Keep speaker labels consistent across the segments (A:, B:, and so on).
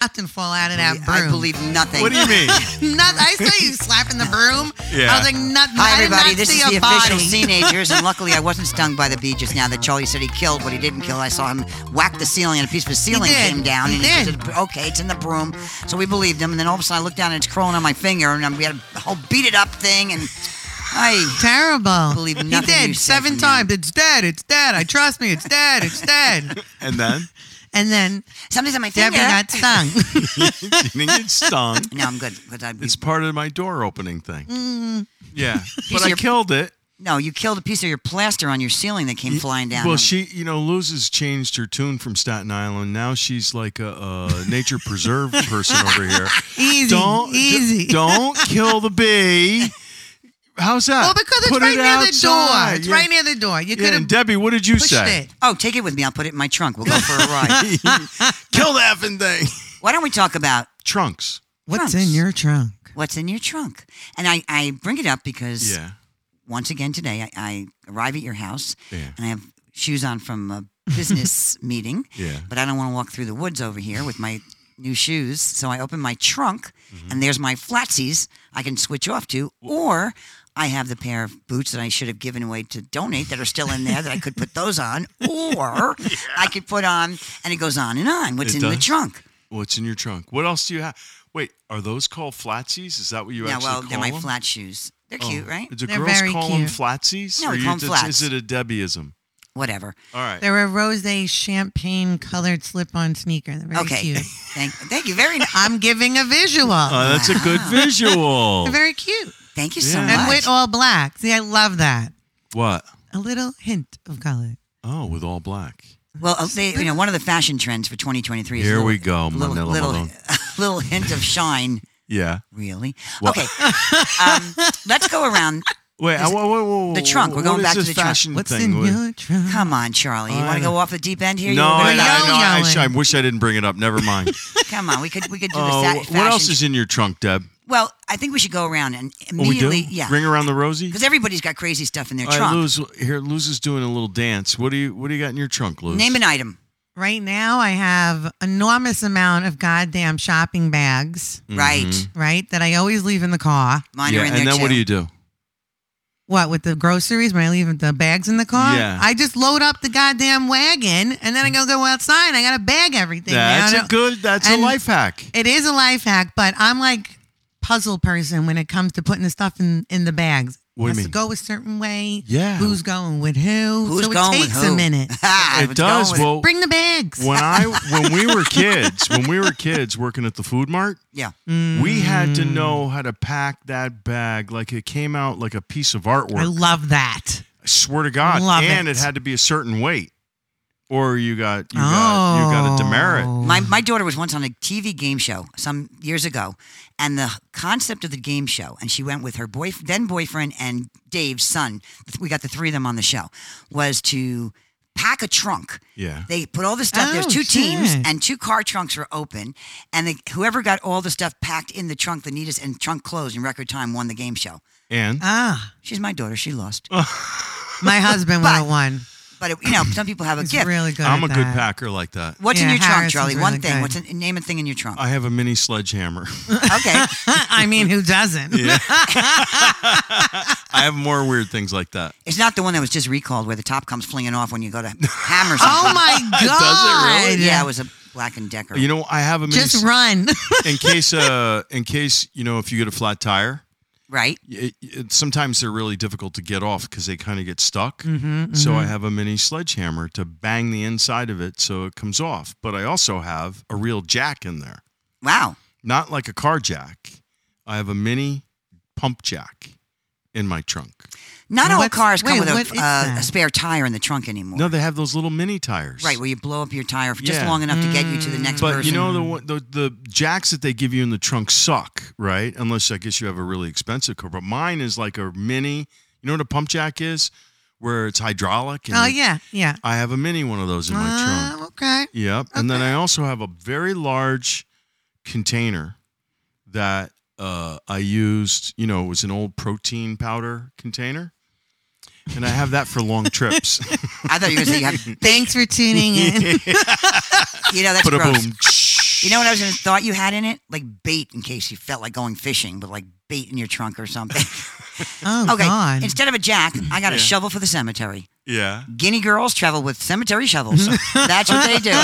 A: nothing fall out of that broom.
B: I believe nothing.
C: What do you mean?
A: Not, I saw you slapping the broom.
C: Yeah.
A: I was like, nothing.
B: Hi,
A: I did
B: everybody.
A: Not
B: This
A: see
B: is
A: a
B: the
A: body.
B: official teenagers, and luckily I wasn't stung by the bee just now that Charlie said he killed, but he didn't kill. I saw him whack the ceiling, and a piece of ceiling
A: did.
B: came down.
A: He
B: and
A: did.
B: he said, Okay, it's in the broom. So we believed him, and then all of a sudden I looked down, and it's crawling on my finger, and we had a whole beat it up thing, and I.
A: Terrible.
B: Believe
A: he
B: nothing
A: did
B: you say
A: seven
B: from them.
A: times. It's dead. It's dead. I trust me. It's dead. It's dead.
C: And then
A: And then
B: Something's on my
A: Debbie
B: finger.
A: got stung.
C: you didn't get stung.
B: no, I'm good. But I'd be-
C: It's part of my door opening thing.
A: Mm-hmm.
C: Yeah, but
B: of
C: I
B: your-
C: killed it.
B: no, you killed a piece of your plaster on your ceiling that came flying down.
C: Well, she, you know, Luz has changed her tune from Staten Island. Now she's like a, a nature preserve person over here.
A: easy.
C: Don't d-
A: easy.
C: don't kill the bee. How's that?
A: well, because it's
C: Put
A: right
C: it
A: near the
C: outside.
A: door. It's
C: Yeah.
A: right near the door. You
C: Yeah,
A: could
C: and
A: have
C: Debbie, what did you
A: pushed
C: say?
A: it.
B: Oh, take it with me. I'll put it in my trunk. We'll go for a ride.
C: Kill the effing thing.
B: Why don't we talk about
C: Trunks.
A: What's
B: Trunks.
A: in your trunk?
B: what's in your trunk? And I, I bring it up because
C: Yeah.
B: once again today, I, I arrive at your house
C: Yeah.
B: and I have shoes on from a business meeting,
C: Yeah.
B: but I don't want to walk through the woods over here with my new shoes. So I open my trunk
C: Mm-hmm.
B: and there's my flatsies I can switch off to, or I have the pair of boots that I should have given away to donate that are still in there that I could put those on, or I could put on, and it goes on and on. What's
C: It
B: in the
C: does?
B: trunk?
C: What's in your trunk? What else do you have? Wait, are those called flatsies? Is that what you
B: yeah,
C: actually
B: well,
C: call
B: they're my
C: them?
B: flat shoes. They're
C: Oh.
B: cute, right?
C: Do
A: They're
C: girls
A: very
C: call them
A: cute.
C: flatsies?
B: No,
C: Or
B: we
C: you-
B: call 'em
C: that's-
B: flats.
C: Is it a Debbieism?
B: Whatever.
C: All right.
A: They're a rose champagne colored slip on sneaker. They're very
B: okay.
A: cute.
B: Thank, thank you very much.
A: I'm giving a visual.
C: Oh, that's a good visual.
A: They're very cute.
B: Thank you so
C: Yeah.
B: much.
A: And with all black. See, I love that.
C: what?
A: A little hint of color.
C: Oh, with all black.
B: well, I'll say, you know, one of the fashion trends for 2023 is
C: Here
B: little-
C: we go,
B: little,
C: Manila
B: little,
C: Malone.
B: little hint of shine.
C: Yeah.
B: Really?
C: Well-
B: Okay. Um, let's go around.
C: Wait, whoa, whoa, whoa, whoa,
B: the trunk.
C: whoa,
B: We're going
C: what is
B: back to
C: this
B: the trunk.
C: fashion
A: What's
C: thing?
A: in
C: What-
A: your trunk?
B: Come on, Charlie. You want
C: I
B: to go off the deep end here?
C: No,
B: You
C: I,
B: wanna
C: I,
B: go back?
C: no, I, sh- I
A: Yo-yoing.
C: wish I didn't bring it up. Never mind.
B: Come on. We could we could do
C: Oh,
B: a sa-
C: wh-
B: fashion.
C: what else is in your trunk, Deb?
B: Well, I think we should go around and
C: Oh, we do?
B: immediately, yeah,
C: Ring around the rosy?
B: because everybody's got crazy stuff in their
C: All right,
B: trunk.
C: Luz, here, Luz is doing a little dance. What do you What do you got in your trunk, Luz?
B: Name an item.
A: Right now, I have enormous amount of goddamn shopping bags,
B: Right.
A: right? That I always leave in the car.
B: Mine
C: Mm-hmm. yeah,
B: are in
C: and
B: there
C: then
B: too.
C: what do you do?
A: What with the groceries when I leave the bags in the car?
C: Yeah.
A: I just load up the goddamn wagon and then I go go outside. and I gotta bag everything.
C: That's
A: now.
C: a good. That's
A: and-
C: a life hack.
A: It is a life hack, but I'm like puzzle person when it comes to putting the stuff in in the bags.
C: What do you
A: Has
C: mean?
A: to go a certain way.
C: Yeah.
A: Who's going with who?
B: Who's
A: so
B: going
A: it
B: with
A: takes
B: who?
A: a minute.
B: Ah,
C: It
B: what's going
C: does.
B: with-
C: Well,
A: Bring the bags.
C: when I when we were kids, when we were kids working at the food mart,
B: yeah.
C: we had
A: Mm.
C: to know how to pack that bag like it came out like a piece of artwork.
A: I love that.
C: I swear to God,
A: Love
C: and
A: it.
C: it. had to be a certain weight, or you got you got you got a
A: Oh.
C: demerit.
A: Mm.
B: My, my daughter was once on a TV game show some years ago, and the concept of the game show, and she went with her boy, then boyfriend and Dave's son. We got the three of them on the show. Was to pack a trunk.
C: Yeah.
B: They put all the stuff. There's
A: Oh,
B: two teams,
A: shit.
B: and two car trunks were open, and the, whoever got all the stuff packed in the trunk, the neatest and trunk closed in record time, won the game show.
C: And
A: Ah,
B: She's my daughter. She lost,
A: my husband would
B: But-
A: have won.
B: but it, you know, some people have a
A: He's
B: gift.
A: really good.
C: I'm a
A: at
C: good
A: that.
C: packer like that.
B: What's in
A: Yeah,
B: your
A: Harrison's
B: trunk, Charlie?
A: really
B: One thing.
A: good.
B: What's in, name a thing in your trunk?
C: I have a mini sledgehammer.
B: okay.
A: I mean, who doesn't?
C: I have more weird things like that.
B: It's not the one that was just recalled where the top comes flinging off when you go to hammer
A: Oh
B: something.
A: my god!
C: Does it
B: Yeah, it was a Black and Decker.
C: You know, I have a mini
A: Just run.
C: in case uh in case you know if you get a flat tire.
B: right?
C: It, it, sometimes they're really difficult to get off because they kind of get stuck. So I have a mini sledgehammer to bang the inside of it so it comes off. But I also have a real jack in there.
B: Wow.
C: not like a car jack. I have a mini pump jack in my trunk.
B: Not all
A: What's-
B: cars come
A: wait,
B: with
A: what is
B: a, uh, a
A: that?
B: spare tire in the trunk anymore.
C: No, they have those little mini tires.
B: Right, where you blow up your tire for just
C: Yeah.
B: long enough to get you to the next
C: But
B: person.
C: you know the, one- the the jacks that they give you in the trunk suck, right? Unless I guess you have a really expensive car. But mine is like a mini. You know what a pump jack is, where it's hydraulic. and
A: oh yeah, yeah.
C: I have a mini one of those in my
A: Uh,
C: trunk.
A: okay.
C: Yep. And then I also have a very large container that uh, I used, you know, it was an old protein powder container. And I have that for long trips.
B: I thought you were going to say you have,
A: Thanks for tuning in.
B: you know, that's
C: Put a
B: gross.
C: boom.
B: You know what I was gonna thought you had in it? Like bait in case you felt like going fishing, but like bait in your trunk or something.
A: Oh
B: okay.
A: God.
B: Instead of a jack, I got a
C: Yeah.
B: shovel for the cemetery.
C: Yeah.
B: Guinea girls travel with cemetery shovels. That's what they do.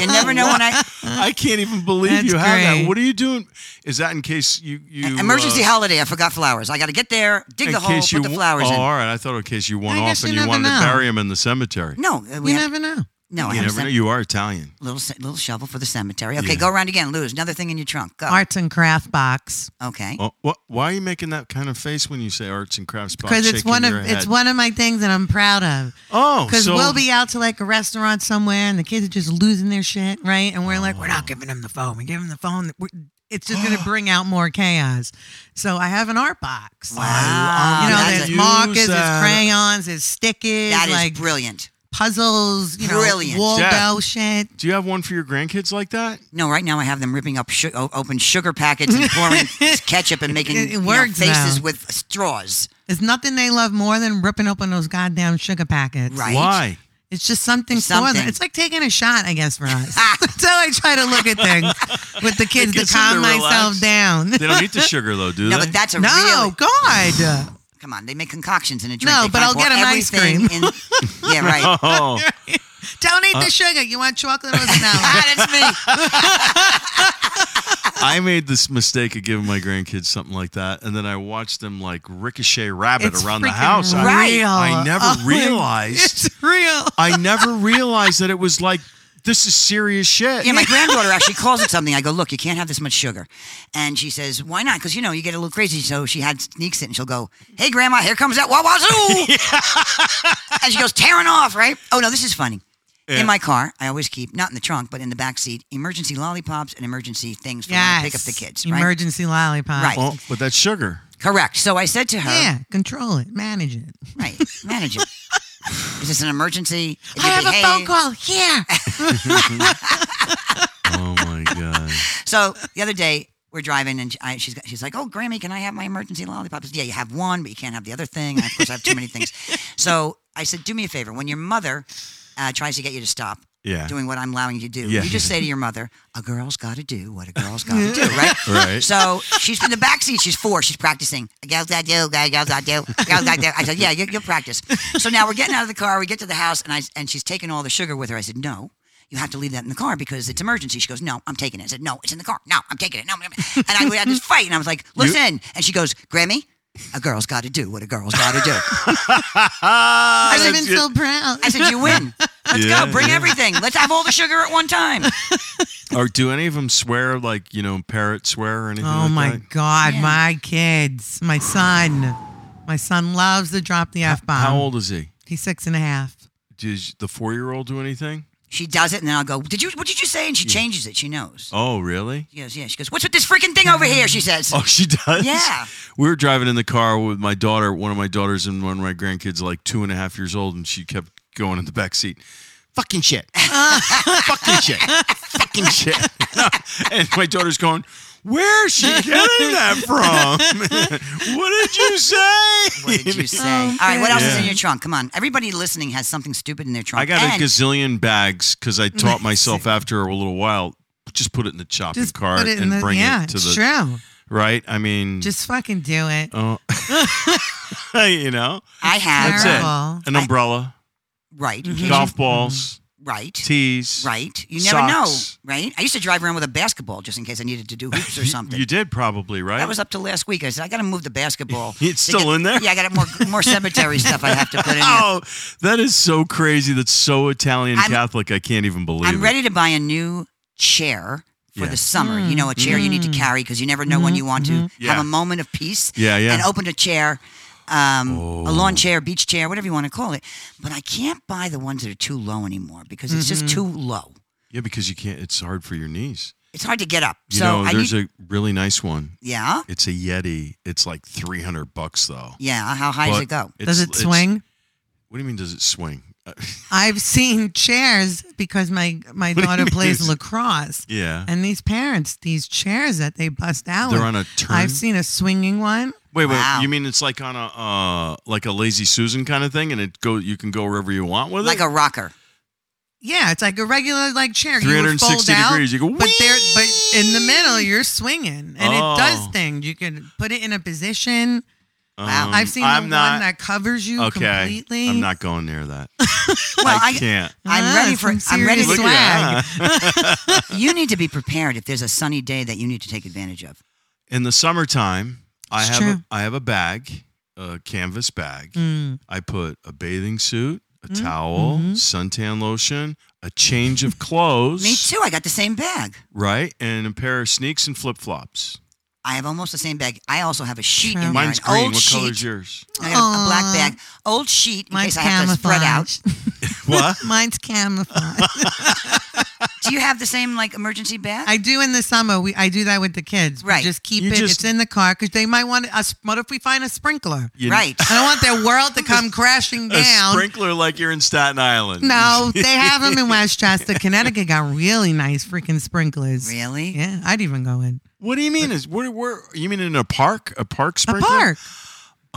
B: You never know when I
C: I can't even believe
A: That's
C: you have
A: great. E-,
C: that. What are you doing? Is that in case you you
B: emergency
C: uh,
B: holiday. I forgot flowers. I got to get there, dig
C: in
B: the hole,
C: case you
B: put the flowers
C: oh,
B: in.
C: all right. I thought in case you went
A: I guess
C: off
A: you
C: and you
A: never
C: wanted
A: know.
C: to bury him in the cemetery.
B: No, uh, we
A: you
B: have,
A: never know.
B: no. I have
C: you never
B: some-
C: know. You are Italian.
B: little se- little shovel for the cemetery. Okay,
C: Yeah.
B: go around again. Lose another thing in your trunk. Go.
A: Arts and craft box
B: Okay.
C: Oh, what, why are you making that kind of face when you say arts and crafts? Bob,
A: because it's
C: shaking
A: one of
C: your
A: it's
C: head?
A: one of my things that I'm proud of.
C: Oh,
A: Because
C: so
A: we'll be out to like a restaurant somewhere, and the kids are just losing their shit, right? And we're like, we're
C: Oh.
A: not giving them the phone. We give them the phone. We're- It's just going to bring out more chaos. So I have an art box.
B: Wow.
A: You know,
B: That's
A: there's
B: a-
C: you-
A: markers,
C: Use
A: there's
C: that.
A: crayons, there's stickers,
B: that is
A: like
B: brilliant.
A: puzzles, you know,
B: Brilliant.
A: Waldo
C: Yeah.
A: shit.
C: Do you have one for your grandkids like that?
B: No, right now I have them ripping up su- o- open sugar packets and pouring ketchup and making
A: It
B: you know,
A: works,
B: faces
A: though.
B: with straws.
A: There's nothing they love more than ripping open those goddamn sugar packets.
B: Right.
C: Why?
A: It's just something, for
B: Something.
A: them. It's like taking a shot, I guess, for us. so I try to look at things with the kids to
C: gets them
A: calm
C: to
A: myself
C: relax.
A: down.
C: They don't eat the sugar though, do
B: No,
C: they?
B: but that's a
A: No,
B: really
A: God.
B: come on. They make concoctions in a drink.
A: No,
B: They
A: but
B: kinda
A: I'll
B: pour
A: get 'em ice
B: everything In, yeah, right.
C: oh,
A: Don't eat
C: Uh,
A: the sugar. You want chocolate or vanilla?
B: ah, that's me.
C: I made this mistake of giving my grandkids something like that, and then I watched them like ricochet rabbit
A: It's
C: around the
A: freaking
C: house. I-
B: Right.
A: real.
C: I, never
A: Oh, my-
C: realized.
A: It's real.
C: I never realized that it was like this is serious shit.
B: Yeah, my granddaughter actually calls it something. I go, look, you can't have this much sugar, and she says, why not? Because you know you get a little crazy. So she had sneaks it, and she'll go, hey, grandma, here comes that wawazoo, and she goes tearing off. Right? Oh no, this is funny.
C: Yeah.
B: In my car, I always keep not in the trunk, but in the back seat, emergency lollipops and emergency things for when I
A: Yes.
B: pick up the kids. Right?
A: Emergency lollipop.
B: Right.
C: Oh, but that's sugar.
B: Correct. So I said to her,
A: Yeah, control it, manage it.
B: right, manage it. Is this an emergency? If
A: I
B: you
A: have a phone
B: behave-
A: call. Here.
C: Oh my god.
B: So the other day we're driving and I, she's got, she's like, "Oh, Grammy, can I have my emergency lollipop?" I said, yeah, you have one, but you can't have the other thing. And of course, I have too many things. So I said, "Do me a favor. When your mother uh, tries to get you to stop."
C: Yeah.
B: Doing what I'm allowing you to do.
C: Yeah.
B: You just say to your mother, a girl's got to do what a girl's got to do, right?
C: Right.
B: So she's in the back seat. She's four. She's practicing. A girl's got to do, a girl's got to do, a girl's got to do. I said, yeah, you, you'll practice. So now we're getting out of the car. We get to the house, and I and she's taking all the sugar with her. I said, no, you have to leave that in the car because it's emergency. She goes, no, I'm taking it. I said, no, it's in the car. No, I'm taking it. No, I'm taking it." and I we had this fight, and I was like, listen, and she goes, Grammy. A girl's got to do what a girl's got to do. Ah,
A: I would have
C: that's
A: been so proud.
B: I said, "You win. Let's
C: Yeah,
B: go. Bring
C: yeah.
B: everything. Let's have all the sugar at one time."
C: Or do any of them swear like you know parrot swear or anything?
A: Oh
C: like
A: my
C: that?
A: God,
B: Yeah.
A: my kids, my son, my son loves to drop the f bomb.
C: How old is he?
A: He's six and a half.
C: Does the four-year-old do anything?
B: She does it, and then I'll go, "Did you? What did you say?" And she changes it. She knows.
C: Oh, really?
B: She goes, "Yeah." She goes, "What's with this freaking thing over here?" She says.
C: Oh, she does.
B: Yeah.
C: We were driving in the car with my daughter, one of my daughters, and one of my grandkids, like two and a half years old, and she kept going in the back seat. Fucking shit. Fucking shit. Fucking shit. and my daughter's going, Where's she getting that from? what did you say?
B: What did you say?
A: Oh,
B: All right, what else is in
C: Yeah.
B: your trunk? Come on. Everybody listening has something stupid in their trunk.
C: I got
B: and
C: a gazillion bags because I taught myself after a little while. Just put it in the chopping
A: Just
C: cart
A: put it in
C: and
A: the
C: bring
A: yeah,
C: it to
A: it's
C: the Mm.
A: true.
C: right. I mean,
A: Just fucking do it.
C: oh, you know,
B: I have
C: that's
A: Terrible.
C: it. An umbrella,
B: right. in case
C: golf balls,
B: you- right.
C: tees.
B: Right. You never
C: Socks.
B: know, right? I used to drive around with a basketball just in case I needed to do hoops or something.
C: You did probably right.
B: that was up to last week. I said I got to move the basketball.
C: It's
B: to get-
C: still in there?
B: Yeah, I got more more cemetery stuff I have to put in. There.
C: oh, that is so crazy. That's so Italian
B: I'm-
C: Catholic. I can't even believe
B: I'm
C: it.
B: ready to buy a new chair for
C: Yeah.
B: the summer. You know, a chair you need
A: Mm.
B: to carry because you never know
A: Mm-hmm.
B: when you want to have
C: Yeah.
B: a moment of peace.
C: Yeah, yeah. Oh.
B: And open a chair, um, a lawn chair, beach chair, whatever you want to call it. But I can't buy the ones that are too low anymore because it's
A: Mm-hmm.
B: just too low.
C: Yeah, because you can't. It's hard for your knees.
B: It's hard to get up.
C: You
B: so
C: know,
B: I
C: there's
B: need.
C: a really nice one.
B: yeah,
C: It's a Yeti. It's like 300 bucks though.
B: yeah. How high does
C: But
B: it go?
C: it's-
A: Does it
C: it's-
A: swing?
C: What do you mean? Does it swing? Uh,
A: I've seen chairs because my my
C: do you
A: daughter
C: mean?
A: plays lacrosse,
C: yeah,
A: and these parents, these chairs that they bust out.
C: they're
A: with,
C: on a turn.
A: I've seen a swinging one.
C: Wait, wait.
B: Wow.
C: You mean it's like on a uh, like a lazy Susan kind of thing, and it go you can go wherever you want with
B: Like
C: it.
B: a rocker.
A: Yeah, it's like a regular like chair. You would
C: 360
A: fold out,
C: degrees. You go,
A: but there, but in the middle, you're swinging, and it does
C: Oh.
A: things. You can put it in a position.
C: Um,
A: I've seen
C: I'm
A: the
C: not-
A: one that covers you
C: okay.
A: completely.
C: I'm not going near that.
B: Well,
C: I
B: I,
C: can't.
A: Ah,
B: I'm ready for.
A: some
B: I'm ready
A: serious
B: for.
C: Look at
B: You need to be prepared if there's a sunny day that you need to take advantage of.
C: In the summertime, I
A: It's
C: have
A: true.
C: a, I have a bag, a canvas bag.
A: Mm.
C: I put a bathing suit, a towel, suntan lotion, a change of clothes,
B: Mm, mm-hmm. Me too. I got the same bag.
C: right, and a pair of sneaks and flip flops.
B: I have almost the same bag. I also have a sheet
A: True.
B: in there.
C: Mine's
B: Oh, an
C: green.
B: Old
C: what
B: sheet.
C: color's yours?
B: I got a- a black
A: Aw.
B: bag. Old sheet in
A: Mine's
B: case I have to spread out.
A: camouflage.
C: What?
A: Mine's camouflage.
B: Do you have the same like emergency bag?
A: I do in the summer. We I do that with the kids. We
B: Right.
A: just keep
C: You
A: it.
C: just-
A: it's in the car because they might want us. What if we find a sprinkler?
C: You-
B: right.
A: I don't want their world to come crashing
C: A
A: down.
C: sprinkler like you're in Staten Island.
A: No, they have them in Westchester. Connecticut got really nice freaking sprinklers.
B: Really?
A: Yeah, I'd even go in
C: What do you mean? Is where? Where? You mean in a park? A park
A: a
C: sprinkler?
A: park.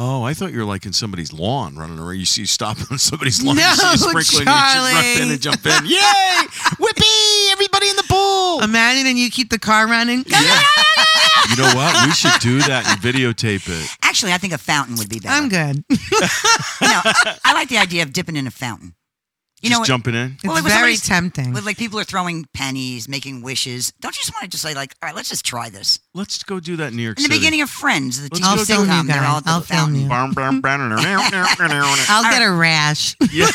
C: Oh, I thought you were like in somebody's lawn running around. You see, you stop on somebody's lawn,
A: No,
C: you see a sprinkler, and you just run in and jump in. Yay! Whippy! Everybody in the pool!
A: Imagine and you keep the car running.
C: Yeah. you know what? We should do that and videotape it.
B: Actually, I think a fountain would be better.
A: I'm good. It's
B: No, I like the idea of dipping in a fountain. You
C: just
B: know, what?
C: jumping in.
B: Well, like when
A: very
B: somebody's-
A: tempting.
B: With like people are throwing pennies, making wishes. Don't you just want to just say like, all right, let's just try this?
C: Let's go do that in New York
B: In the
C: City.
B: beginning of Friends, the TV
C: Let's go
A: I'll film you
B: sitcom, they're all
A: guys.
B: at the
A: I'll film
B: fountain.
A: you.
C: Bam, bam, bam,
A: I'll get a rash.
C: yeah.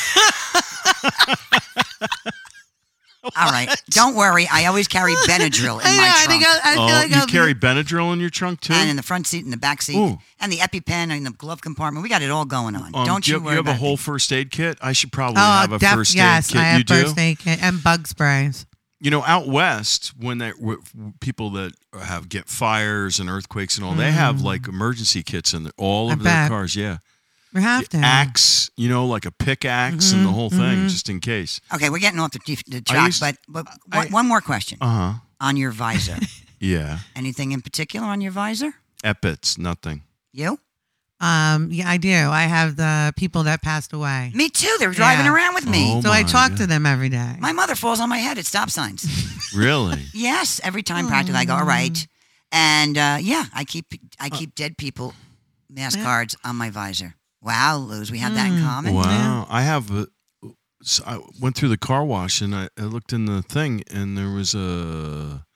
B: All right, don't worry. I always carry Benadryl in
A: I, know,
B: my
A: I
B: trunk,
A: think I'll, I feel
C: Oh,
A: like
C: you
A: I'll
C: carry
A: be,
C: Benadryl in your trunk too?
B: and in the front seat, and the back seat,
C: Ooh.
B: and the EpiPen, and the glove compartment. We got it all going on.
C: Um,
B: don't
C: do
B: you,
C: you,
B: worry
C: you have
B: about
C: a whole
B: it.
C: first aid kit? I should
A: oh,
C: probably have a
A: def-
C: first
A: yes,
C: aid kit.
A: I have
C: you do?
A: first aid kit and bug sprays.
C: you know, out west, when they w- w- people that have get fires and earthquakes and all, they have like emergency kits in their, all
A: Mm. I
C: of their
A: bet.
C: cars. Yeah,
A: We have to.
C: axe, you know, like a pickaxe and the
A: Mm-hmm,
C: whole thing, just in case.
B: Okay, we're getting off the, t- the track,
C: used-
B: but, but one,
C: I-
B: one more question
C: Uh
A: Uh-huh.
C: huh.
B: on your visor.
C: Yeah.
B: Anything in particular on your visor?
C: Epits, nothing.
B: You?
A: Um, yeah, I do. I have the people that passed away.
B: Me too. They're driving
A: Yeah.
B: around with me.
C: Oh
A: so I
C: my,
A: talk
C: yeah.
A: to them every day.
B: My mother falls on my head at stop signs.
C: Really?
B: Yes, every
C: Oh.
B: time practically I go, all right. And uh, yeah, I keep I
C: Uh.
B: keep dead people mass
A: Yeah.
B: cards on my visor. Wow, Luz, we have that in common.
C: Hmm. wow. I have. A, so I went through the car wash and I, I looked in the thing and there was a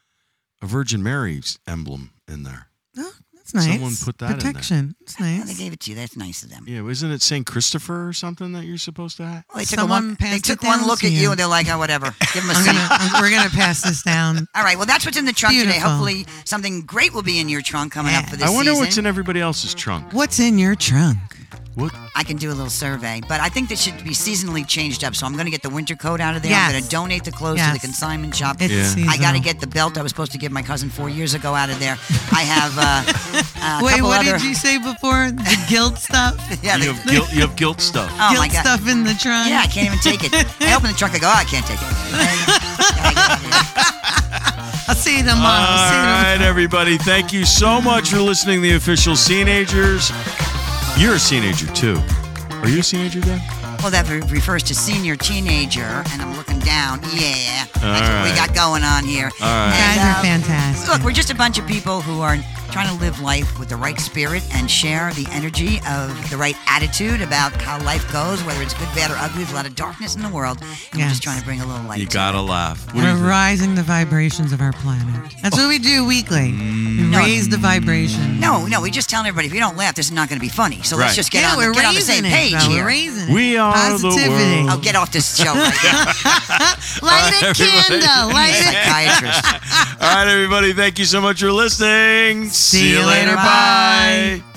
C: a Virgin Mary's emblem in there.
A: oh, that's nice.
C: Someone put that in there.
A: Protection. That's
B: Oh, they
A: nice.
B: gave it to you. That's nice of them.
C: Yeah, isn't it Saint Christopher or something that you're supposed to have?
B: Well, they took a
A: Someone
B: one, they
A: passed
B: took
A: it
B: one
A: down
B: look
A: to
B: at you
A: you.
B: and they're like, oh, whatever. Give them a
A: I'm
B: seat.
A: gonna, uh, we're gonna pass this down.
B: All right, well, that's what's in the trunk today.
A: Beautiful.
B: Hopefully, something great will be in your trunk coming up for this
C: I wonder what's
B: season.
C: in everybody else's trunk.
A: What's in your trunk?
C: What?
B: I can do a little survey, but I think that should be seasonally changed up. So I'm going to get the winter coat out of there. I'm
A: Yes.
B: going to donate the clothes to
A: Yes.
B: the consignment shop.
A: It's
C: Yeah.
A: seasonal.
B: I got to get the belt I was supposed to give my cousin four years ago out of there. I have uh, a
A: Wait,
B: couple
A: what
B: other.
A: did you say before? The guilt stuff.
B: yeah,
C: you,
B: the-
C: have guilt, you have guilt stuff.
B: oh my
A: guilt
B: god.
A: stuff in the trunk.
B: Yeah, I can't even take it. I open the trunk. I go, oh, I can't take it.
A: I'll see you tomorrow. I'll see you
C: All
A: tomorrow.
C: right, everybody. Thank you so much for listening to the official Teenagers. You're a teenager too. Are you a teenager, Dan?
B: well, that re- refers to senior teenager, and I'm looking down. Yeah, that's
C: All
B: what we
C: right.
B: got going on here. All
C: right.
A: You guys are fantastic.
B: Look, we're just a bunch of people who are trying to live life with the right spirit and share the energy of the right attitude about how life goes, whether it's good, bad, or ugly. There's a lot of darkness in the world, and we're
A: Yes.
B: just trying to bring a little light.
C: You
B: to
C: gotta laugh. What do you
A: We're
C: think?
A: rising the vibrations of our planet. That's what we do weekly.
C: Mm.
A: We
B: No.
A: raise the vibration.
B: No, no, we just telling everybody if you don't laugh, this is not going to be funny. So let's
C: Right.
B: just get,
A: yeah,
B: on,
A: we're
B: the, get on the
A: raising
B: same
A: it,
B: page
A: though.
B: here.
A: We're raising it.
C: We are the
A: Positivity.
C: world.
B: Oh, get off this show right now,
A: Light a
C: Everybody.
A: candle. Light a
B: psychiatrist.
C: All right, everybody. Thank you so much for listening. See,
A: you later. Bye.
C: Bye.